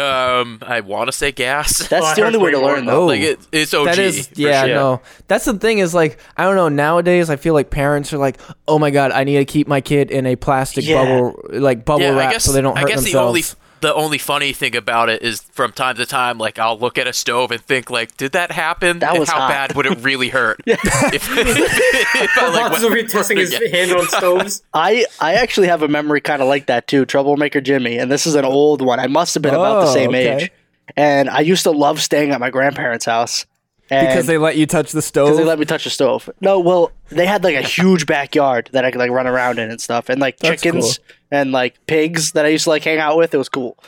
D: um, I want to say gas.
A: That's
B: Oh, I
A: the
B: heard
A: only way to
B: way more
A: learn
B: about
A: though.
D: like it, it's OG.
C: That is,
D: for
C: yeah,
D: sure.
C: no. That's the thing is like, I don't know. Nowadays, I feel like parents are like, oh my god, I need to keep my kid in a plastic
A: Yeah.
C: bubble, like bubble
D: Yeah,
C: wrap,
D: I guess,
C: so they don't
D: I
C: hurt
D: guess
C: themselves.
D: the only the only funny thing about it is from time to time, like I'll look at a stove and think, like, did that happen?
A: That
D: And
A: was
D: how
A: hot.
D: bad would it really hurt? if, if I, like,
B: Bots
D: went-
B: over here testing his
D: Yeah.
B: hand on stoves.
A: I, I actually have a memory kind of like that too, Troublemaker Jimmy, and this is an old one. I must have been about
C: Oh,
A: the same
C: okay.
A: age. And I used to love staying at my grandparents' house. And
C: because they let you touch the stove.
A: because they let me touch the stove. No, well, they had like a huge backyard that I could like run around in and stuff, and like
C: That's
A: chickens and like pigs that I used to like hang out with. It was cool.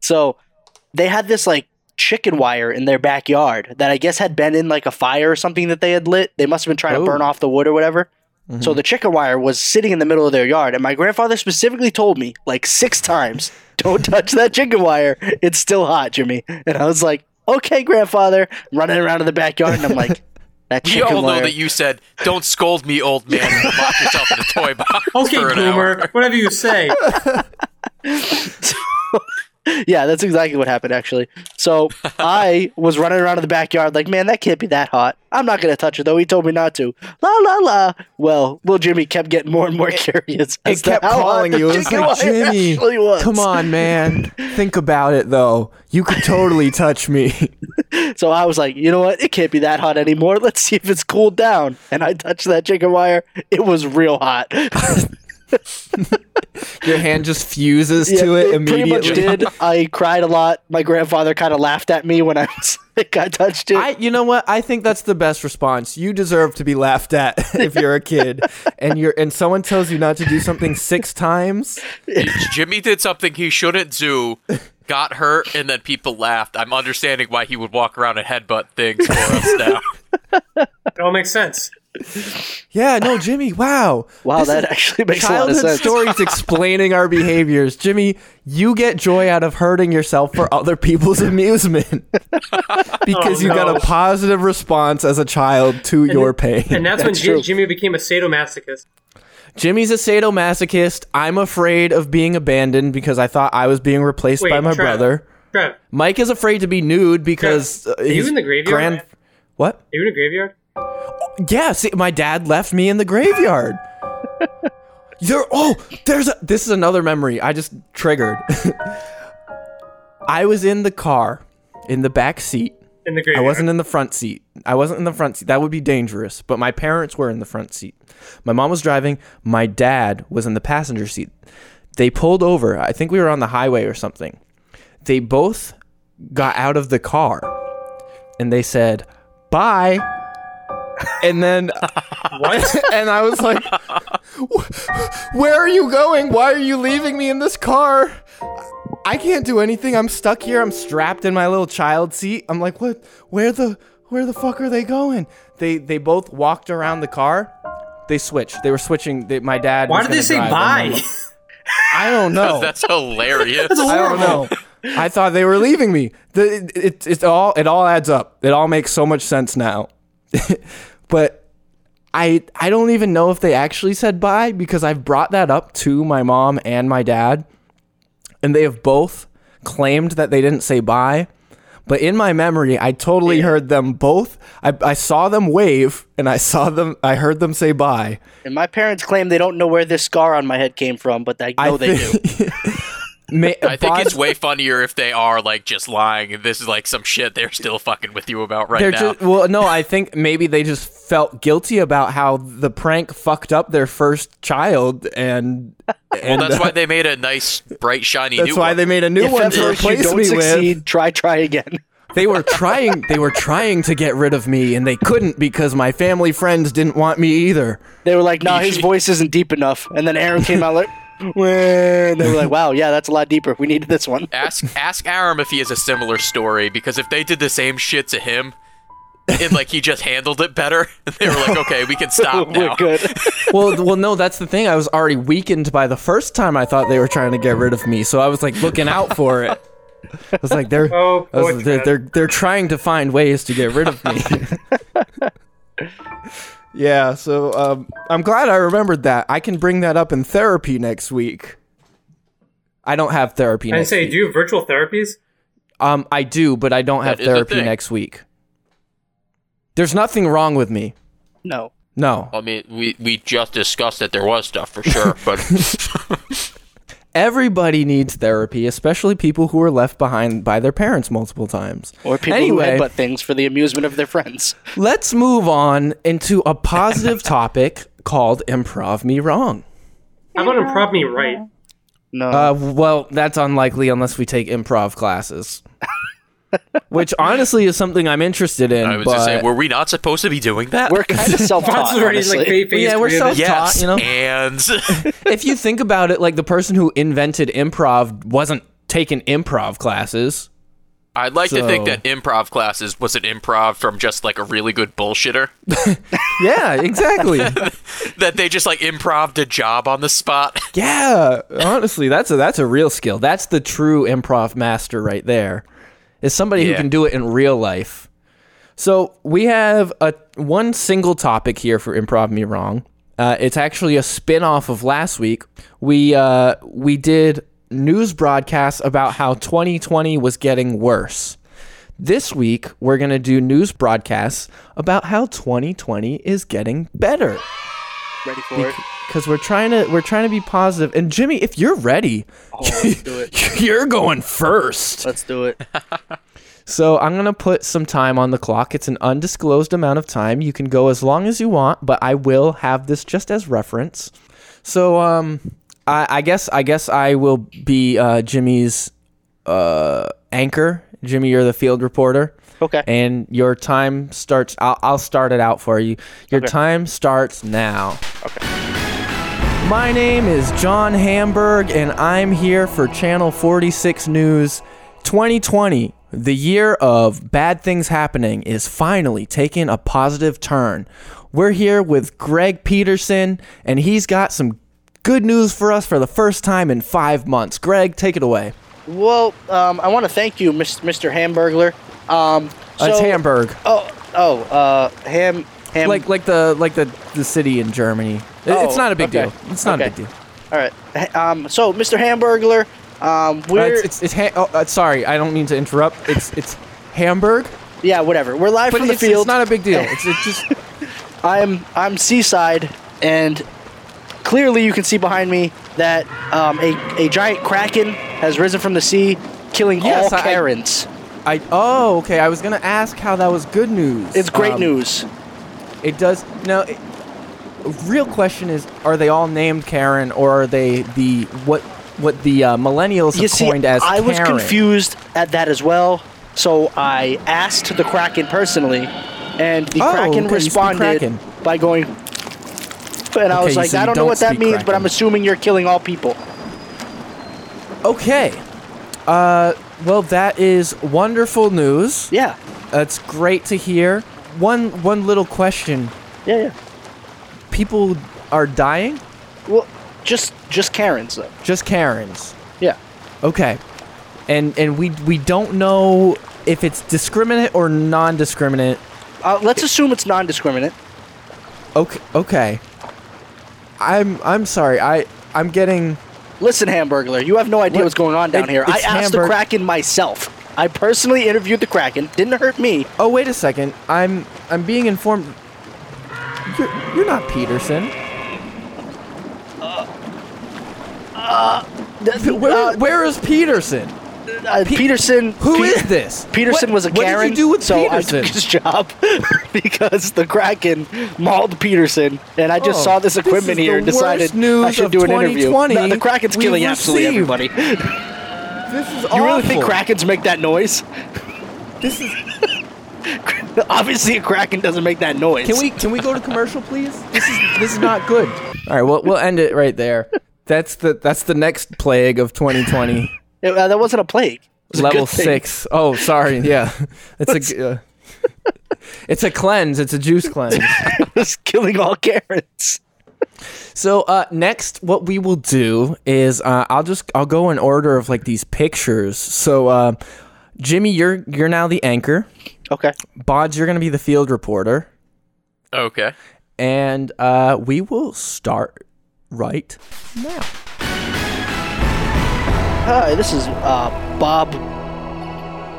A: so they had this like chicken wire in their backyard that I guess had been in like a fire or something that they had lit. They must have been trying
C: Oh.
A: to burn off the wood or whatever.
C: Mm-hmm.
A: So the chicken wire was sitting in the middle of their yard, and my grandfather specifically told me like six times, "Don't touch that chicken wire. It's still hot, Jimmy." And I was like, "Okay, grandfather." I'm running around in the backyard, and I'm like, "That
D: We
A: chicken
D: all know
A: wire."
D: that you said, "Don't scold me, old man." and lock yourself in a toy box
B: Okay,
D: for an hour.
B: Boomer, whatever you say.
A: yeah, that's exactly what happened actually. So I was running around in the backyard, like, "Man, that can't be that hot. I'm not gonna touch it though. He told me not to." La la la. Well, well, Jimmy kept getting more and more curious. as
C: it
A: to
C: kept
A: how hot
C: calling
A: the
C: you. It was
A: chicken
C: like,
A: wire
C: Jimmy,
A: actually was."
C: come on, man. Think about it though. You could totally touch me.
A: So I was like, you know what? It can't be that hot anymore. Let's see if it's cooled down. And I touched that chicken wire. It was real hot.
C: Your hand just fuses to
A: Yeah,
C: it,
A: pretty
C: immediately.
A: much did. I cried a lot. My grandfather kind of laughed at me when I was like, I touched it.
C: I, you know what? I think that's the best response. You deserve to be laughed at if you're a kid, and you're and someone tells you not to do something six times.
D: Jimmy did something he shouldn't do, got hurt, and then people laughed. I'm understanding why he would walk around and headbutt things for us now.
B: It all makes sense.
C: Yeah, no, Jimmy. Wow,
A: wow,
C: This
A: that
C: is
A: actually makes a lot of
C: childhood
A: sense.
C: stories explaining our behaviors. Jimmy, you get joy out of hurting yourself for other people's amusement because
B: Oh,
C: you got
B: no.
C: a positive response as a child to your pain.
B: And that's, when
A: true.
B: J- Jimmy became a sadomasochist.
C: Jimmy's a sadomasochist. I'm afraid of being abandoned because I thought I was being replaced
B: Wait,
C: by my
B: Trev.
C: brother.
B: Trev, are
C: Mike is afraid to be nude because uh,
B: Are you
C: his
B: in the graveyard,
C: Grand-
B: man?
C: what?
B: you in a graveyard?
C: Yeah, see, my dad left me in the graveyard. there. Oh, there's a. This is another memory I just triggered. I was in the car, in the back seat.
B: In the
C: I
B: graveyard.
C: wasn't in the front seat. I wasn't in the front seat. That would be dangerous. But my parents were in the front seat. My mom was driving. My dad was in the passenger seat. They pulled over. I think we were on the highway or something. They both got out of the car and they said, Bye. and then
B: What?
C: and I was like, "Wh- "Where are you going? Why are you leaving me in this car? I can't do anything. I'm stuck here. I'm strapped in my little child seat. I'm like, what? Where the where the fuck are they going? They they both walked around the car. They switched. They were switching. They, my dad.
B: Why
C: was
B: did they
C: gonna
B: say
C: drive, and my
B: bye?
C: mom- I don't know.
D: That's hilarious.
C: I don't know. I thought they were leaving me. The, it, it, it all it all adds up. It all makes so much sense now. but I I don't even know if they actually said bye because I've brought that up to my mom and my dad, and they have both claimed that they didn't say bye. But in my memory, I totally heard them both. I, I saw them wave, and I saw them. I heard them say bye.
A: And my parents claim they don't know where this scar on my head came from, but I know they do.
C: Ma-
D: I think it's way funnier if they are like just lying and this is like some shit they're still fucking with you about right
C: They're
D: now.
C: just well, no. I think maybe they just felt guilty about how the prank fucked up their first child, and and
D: That's
C: uh,
D: why they made a nice, bright, shiny
C: that's
D: new
C: why
D: one.
C: they made a new
A: If
C: one
A: at
C: to
A: first you
C: replace
A: don't
C: me
A: succeed,
C: with.
A: try, try again.
C: They were trying. They were trying to get rid of me, and they couldn't because my family friends didn't want me either.
A: They were like, "No, nah, his voice isn't deep enough." And then Aaron came out like, "When?" They were like, "Wow, yeah, that's a lot deeper. We needed this one."
D: Ask ask Aram if he has a similar story because if they did the same shit to him and like he just handled it better, they were like, okay, we can stop
C: Oh
A: We're
D: now.
A: good.
C: Well, well, no, that's the thing. I was already weakened by the first time I thought they were trying to get rid of me, so I was like looking out for it. I was like, they're
B: Oh,
C: I was-
B: poor
C: they're,
B: Ted.
C: they're they're trying to find ways to get rid of me. yeah, so um, I'm glad I remembered that. I can bring that up in therapy next week. I don't have therapy
B: I
C: next
B: say,
C: week.
B: do you have virtual therapies?
C: Um, I do, but I don't have
D: That is a
C: therapy
D: thing.
C: next week. There's nothing wrong with me.
A: No,
C: No.
D: I mean, we, we just discussed that there was stuff for sure, but
C: Everybody needs therapy, especially people who are left behind by their parents multiple times.
A: or people
C: anyway,
A: who headbutt things for the amusement of their friends.
C: let's move on into a positive topic called improv me wrong.
B: How about improv me right?
A: No,
C: Uh, well, that's unlikely unless we take improv classes, which honestly is something I'm interested in.
D: I was
C: but
D: just saying, were we not supposed to be doing that?
A: we're kind of self-taught.
B: That's already like
A: honestly.
B: baby
C: Well, yeah, we're self-taught.
D: yes,
C: you know?
D: and
C: if you think about it, like the person who invented improv wasn't taking improv classes.
D: I'd like to think
C: So-
D: that improv classes was an improv from just like a really good bullshitter
C: Yeah, exactly.
D: that they just like improved a job on the spot.
C: yeah, honestly, that's a that's a real skill. That's the true improv master right there. Is somebody who
D: Yeah.
C: can do it in real life. So we have a one single topic here for improv me wrong. Uh, it's actually a spin-off of last week. We uh, we did news broadcasts about how 2020 was getting worse. This week we're gonna do news broadcasts about how 2020 is getting better
A: Ready for it?
C: because we're trying to we're trying to be positive. And Jimmy, if you're ready,
A: Oh, let's do it.
C: you're going first.
A: Let's do it.
C: So I'm gonna put some time on the clock. It's an undisclosed amount of time. You can go as long as you want, but I will have this just as reference. So um, I, I guess I guess I will be uh, Jimmy's uh, anchor. Jimmy, you're the field reporter.
A: Okay.
C: And your time starts. I'll, I'll start it out for you. Your time starts now. Okay. My name is John Hamburg, and I'm here for Channel 46 News 2020. The year of bad things happening is finally taking a positive turn. We're here with Greg Peterson, and he's got some good news for us for the first time in five months. Greg, take it away.
A: Well, um, I want to thank you, Mis- Mr. Hamburglar. Um, so,
C: Uh, it's Hamburg.
A: Oh, oh, uh, ham, ham.
C: like like the like the the city in Germany. It- it's
A: Oh,
C: not a big
A: okay.
C: deal. It's not a
A: Okay.
C: big deal. Uh,
A: all right. Ha- Um, so, Mr. Hamburglar, um,
C: Uh,
A: we're
C: it's it's, it's ha- oh, uh, sorry, I don't mean to interrupt. It's it's Hamburg,
A: yeah, whatever. We're live
C: but
A: from the
C: it's,
A: field.
C: it's not a big deal. It's, it's just
A: I'm I'm seaside, and clearly you can see behind me that um, a a giant kraken has risen from the sea, killing
C: Yes,
A: all
C: I-
A: Karens.
C: I oh okay. I was gonna ask how that was good news.
A: it's great
C: Um,
A: news.
C: It does now. It, real question is: Are they all named Karen, or are they the what what the uh, millennials
A: You
C: have
A: see,
C: coined as
A: I was
C: Karen?
A: confused at that as well, so I asked the kraken personally, and the
C: Oh,
A: Kraken
C: okay, you speak
A: responded
C: Kraken.
A: by going. And I
C: Okay,
A: was like,
C: so
A: I
C: you
A: don't know
C: don't
A: what that
C: speak
A: means, but
C: Kraken.
A: I'm assuming you're killing all people.
C: Okay. Uh, well, that is wonderful news.
A: Yeah,
C: That's Uh, great to hear. One one little question:
A: yeah, yeah.
C: People are dying?
A: Well, just just Karens though.
C: Just Karens?
A: Yeah.
C: Okay. And and we we don't know if it's discriminate or non-discriminate.
A: Uh, let's assume it's non-discriminate.
C: Okay. Okay. I'm I'm sorry. I I'm getting.
A: Listen, Hamburglar, you have no idea
C: What?
A: what's going on down
C: It-
A: here. I
C: it's
A: asked the
C: Hamburg-
A: Kraken myself. I personally interviewed the Kraken. Didn't hurt me.
C: Oh wait a second. I'm I'm being informed. You're you're not Peterson.
A: Th-
C: P- Where,
A: uh,
C: where is Peterson?
A: uh, Peterson.
C: Who
A: Pe-
C: is this?
A: Peterson
C: What-
A: was a
C: what did you
A: Karen.
C: do with
A: so I
C: Peterson?
A: took his job because the Kraken mauled Peterson, and I just
C: Oh,
A: saw this
C: this
A: equipment
C: is
A: here
C: the
A: and decided
C: worst news
A: I should
C: of
A: do an interview.
C: 2020
A: No, the Kraken's
C: we've
A: killing absolutely
C: received.
A: everybody. You
C: This is
A: really think Krakens make that noise?
C: This is.
A: Obviously, a Kraken doesn't make that noise.
C: Can we can we go to commercial, please? This is this is not good. All right, we'll we'll end it right there. That's the that's the next plague of 2020.
A: Uh, that wasn't a plague. It was a
C: level
A: good thing.
C: six. Oh, sorry. Yeah, it's a uh, it's a cleanse. It's a juice cleanse.
A: was killing all Karens.
C: So uh, next, what we will do is uh, I'll just I'll go in order of like these pictures. So uh, Jimmy, you're you're now the anchor.
A: Okay.
C: Bodge, you're gonna be the field reporter,
D: Okay.
C: and uh, we will start right.
A: Hi, this is uh, Bob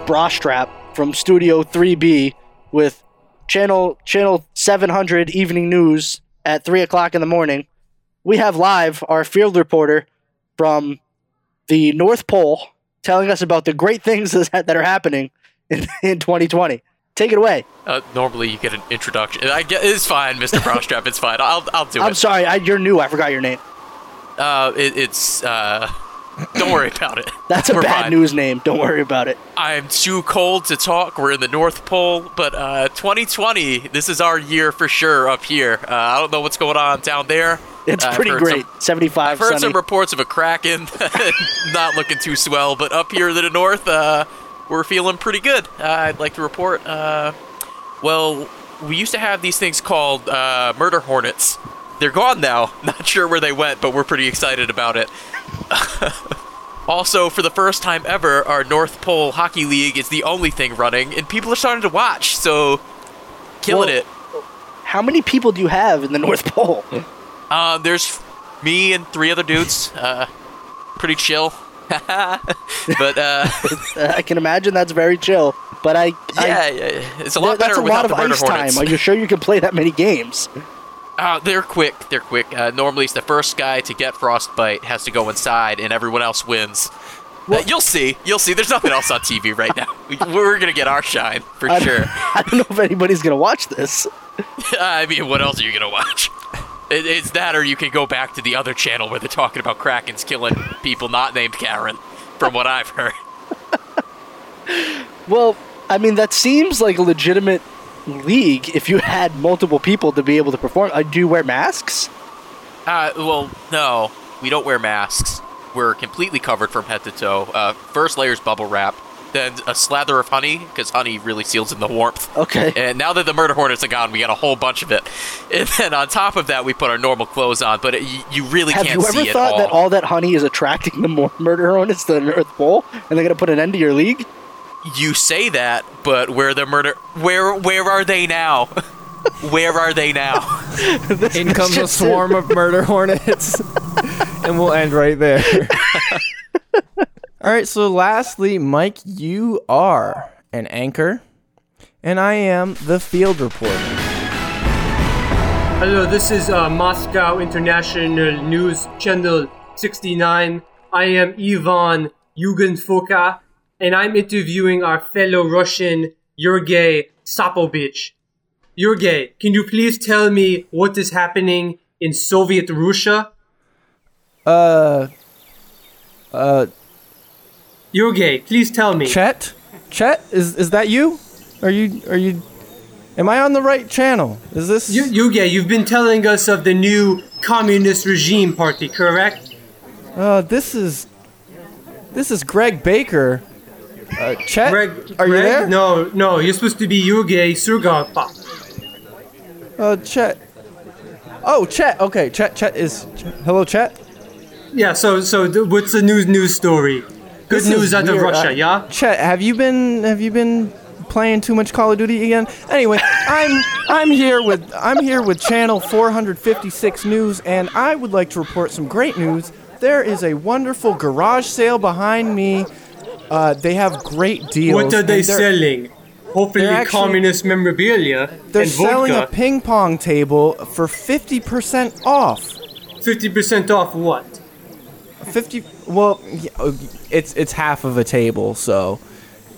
A: Brostrap from Studio 3B with Channel Channel 700 Evening News at three o'clock in the morning. We have live our field reporter from the North Pole telling us about the great things that that are happening in, in 2020. Take it away.
D: Uh, normally you get an introduction. I get, it's fine, Mr. Brostrap. It's fine. I'll I'll do
A: I'm
D: it.
A: sorry, I, you're new. I forgot your name.
D: Uh, it, it's uh, don't worry about it.
A: That's a
D: We're
A: bad
D: fine.
A: news name. Don't worry about it.
D: I'm too cold to talk. We're in the North Pole, but uh, 2020, this is our year for sure up here. Uh, I don't know what's going on down there.
A: It's
D: Uh, I've
A: pretty
D: heard
A: great.
D: some-
A: 75
D: I've heard
A: sunny.
D: some reports of a kraken, not looking too swell, but up here to the north, uh, we're feeling pretty good. Uh, I'd like to report. Uh, well, we used to have these things called uh, murder hornets. They're gone now. Not sure where they went, but we're pretty excited about it. Also, for the first time ever, our North Pole Hockey League is the only thing running, and people are starting to watch. So, killing
A: Well-
D: it.
A: How many people do you have in the North Pole?
D: Uh, there's me and three other dudes. Uh, pretty chill. but uh,
A: I can imagine that's very chill. But I,
D: yeah,
A: I
D: yeah, it's a lot
A: that's
D: better
A: a lot
D: without
A: of
D: the murder
A: ice
D: hornets.
A: time. Are you sure you can play that many games?
D: Uh, they're quick. They're quick. Uh, normally, it's the first guy to get frostbite has to go inside, and everyone else wins. Uh, you'll see. You'll see. There's nothing else on TV right now. We're gonna get our shine for
A: I,
D: sure.
A: I don't know if anybody's gonna watch this.
D: I mean, what else are you gonna watch? It, it's that, or you can go back to the other channel where they're talking about krakens killing people not named Karen, from what I've heard.
A: Well, I mean that seems like a legitimate league if you had multiple people to be able to perform. Uh, do you wear masks?
D: Uh, well, no, we don't wear masks. We're completely covered from head to toe. Uh, first layer's bubble wrap, then a slather of honey, because honey really seals in the warmth.
A: Okay.
D: And now that the murder hornets are gone, we got a whole bunch of it. And then on top of that, we put our normal clothes on, but it, you, you really
A: Have
D: can't
A: you ever
D: see
A: thought
D: it all.
A: that all that honey is attracting the more murder hornets to the North Pole, and they're gonna put an end to your league?
D: You say that, but where the murder? Where where are they now? where are they now?
C: In comes a
A: just it.
C: swarm of murder hornets, and we'll end right there. All right. So, lastly, Mike, you are an anchor, and I am the field reporter.
B: Hello, this is uh, Moscow International News Channel 69. I am Ivan Yugenfoka, and I'm interviewing our fellow Russian Yurgey Sapovich. Yurgey, can you please tell me what is happening in Soviet Russia?
C: Uh, uh,
B: Yurgey, please tell me.
C: Chet, Chet, is is that you? Are you are you Am I on the right channel? Is this
B: You, you, yeah, you've been telling us of the new communist regime party, correct?
C: Uh, this is this is Greg Baker. Uh, Chet,
B: Greg,
C: are you
B: Greg?
C: there?
B: No, no, you're supposed to be Yuge Surgapa.
C: Uh, Chet. Oh, Chet. Okay, Chet. Chet is. Chet. Hello, Chet.
B: Yeah, so so th- what's the news news story? Good
C: This is
B: news out of
C: weird.
B: Russia,
C: I-
B: yeah?
C: Chet, have you been have you been playing too much Call of Duty again? Anyway, I'm I'm here with I'm here with Channel 456 News, and I would like to report some great news. There is a wonderful garage sale behind me. Uh, they have great deals.
B: What are
C: and
B: they
C: they're-
B: selling? Hopefully
C: they're actually-
B: communist memorabilia
C: They're
B: and
C: selling a
B: vodka.
C: ping pong table for 50% off.
B: 50% off what?
C: 50 well yeah, uh, it's it's half of a table so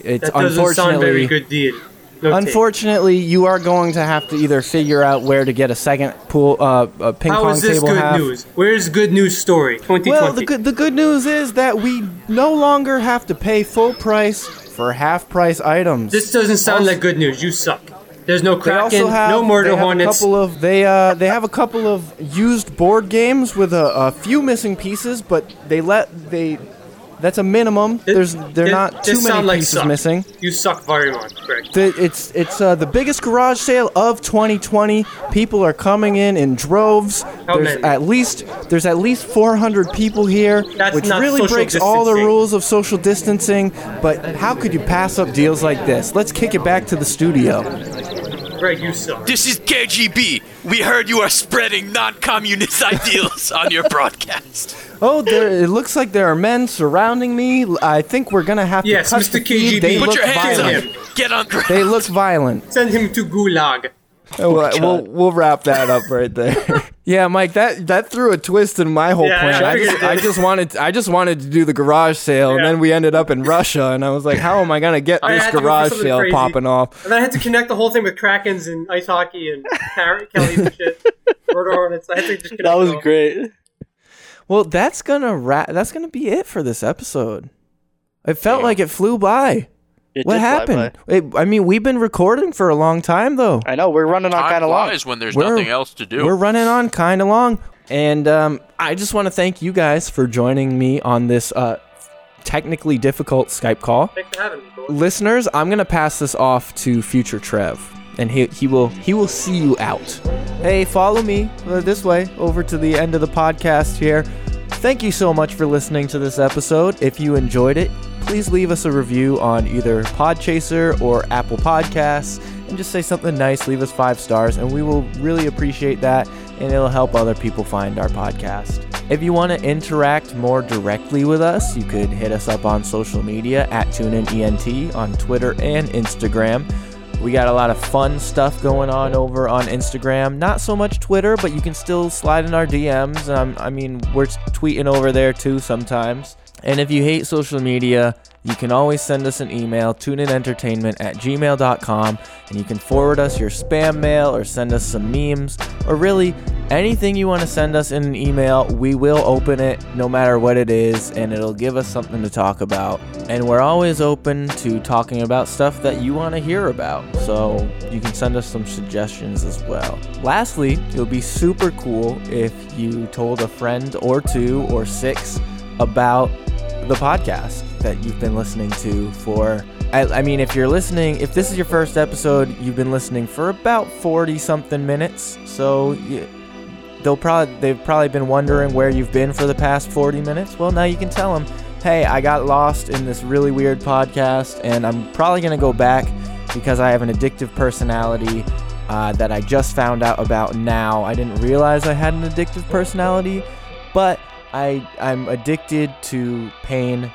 C: it's
B: That doesn't
C: unfortunately
B: sound very good deal. No take.
C: Unfortunately, you are going to have to either figure out where to get a second pool, uh, a ping
B: How
C: pong
B: is this
C: table
B: good
C: half.
B: news? Where's good news story 2020?
C: Well, the good the good news is that we no longer have to pay full price for half price items.
B: This doesn't sound
C: Also-
B: like good news. You suck. There's no
C: they also
B: Kraken,
C: have
B: no
C: they
B: murder
C: have
B: hornets.
C: A couple of they uh, they have a couple of used board games with a, a few missing pieces, but they let they that's a minimum.
B: Th-
C: There's they're
B: th-
C: not
B: this
C: too many
B: sound like
C: pieces
B: suck.
C: missing.
B: You suck very much, Greg.
C: The, it's it's uh, the biggest garage sale of 2020. People are coming in in droves. there's
B: many?
C: at least there's at least 400 people here,
B: That's
C: which
B: not
C: really
B: social
C: breaks all the
B: distancing.
C: rules of social distancing. But how could you pass up deals like this? Let's kick it back to the studio.
B: Greg, you suck.
D: This is KGB. We heard you are spreading non-communist ideals on your broadcast.
C: Oh, there, it looks like there are men surrounding me. I think we're gonna have
B: Yes,
C: to cut
B: Mr.
C: the feed.
B: KGB.
C: They
D: Put
C: look
D: your hands
C: violent.
D: up. Get on ground.
C: They look violent.
B: Send him to Gulag.
C: Oh, uh, we'll we'll wrap that up right there. yeah, Mike, that that threw a twist in my whole
B: Yeah,
C: plan.
B: I
C: I just
B: figured it
C: I
B: did.
C: just wanted I just wanted to do the garage sale, and
B: Yeah.
C: then we ended up in Russia, and I was like, how am I gonna get
B: I
C: this
B: had to go for
C: garage
B: something
C: sale
B: crazy.
C: popping off?
B: And then I had to connect the whole thing with Krakens and ice hockey and Harry Kelly's and shit. Murder hornets. I had to just connect
A: That was
B: it all.
A: great.
C: Well, that's gonna ra- that's gonna be it for this episode. It felt like it flew by.
A: It
C: what
A: did fly
C: happened?
A: by.
C: It, I mean, we've been recording for a long time though.
A: I know we're running on kind of long.
D: when there's
C: We're-
D: nothing else to do.
C: We're running on kind of long, and um, I just want to thank you guys for joining me on this uh, technically difficult Skype call.
B: Thanks for having me. boys.
C: Listeners, I'm gonna pass this off to future Trev, and he he will he will see you out. Hey, follow me uh, this way over to the end of the podcast here. Thank you so much for listening to this episode. If you enjoyed it, please leave us a review on either Podchaser or Apple Podcasts and just say something nice, leave us five stars, and we will really appreciate that, and it'll help other people find our podcast. If you want to interact more directly with us, you could hit us up on social media at TuneInENT on Twitter and Instagram. We got a lot of fun stuff going on over on Instagram. Not so much Twitter, but you can still slide in our DMs. Um, I mean, we're tweeting over there too sometimes. And if you hate social media, you can always send us an email, tuneinentertainment at gmail.com, and you can forward us your spam mail or send us some memes or really anything you want to send us in an email. We will open it no matter what it is, and it'll give us something to talk about. And we're always open to talking about stuff that you want to hear about, so you can send us some suggestions as well. Lastly, it would be super cool if you told a friend or two or six about the podcast that you've been listening to for I, I mean if you're listening if this is your first episode you've been listening for about 40 something minutes so you, they'll probably they've probably been wondering where you've been for the past 40 minutes well now you can tell them hey i got lost in this really weird podcast and i'm probably going to go back because i have an addictive personality uh, that i just found out about now i didn't realize i had an addictive personality but I I'm addicted to pain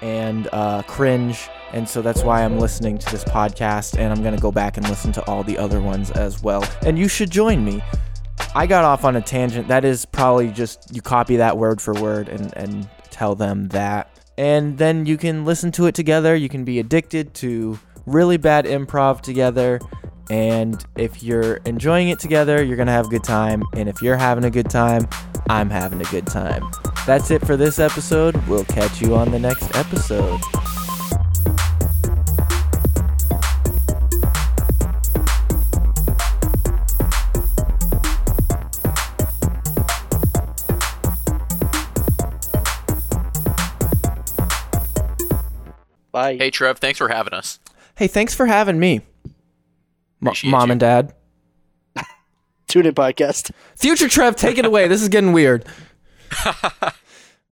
C: and uh, cringe, and so that's why I'm listening to this podcast, and I'm gonna go back and listen to all the other ones as well. And you should join me. I got off on a tangent. That is probably just you copy that word for word and and tell them that, and then you can listen to it together. You can be addicted to really bad improv together. And if you're enjoying it together, you're going to have a good time. And if you're having a good time, I'm having a good time. That's it for this episode. We'll catch you on the next episode.
A: Bye.
D: Hey, Trev, thanks for having us.
C: Hey, thanks for having me, M-
D: Appreciate
C: mom
D: you.
C: and dad.
A: Tune in podcast.
C: Future Trev, take it away. This is getting weird.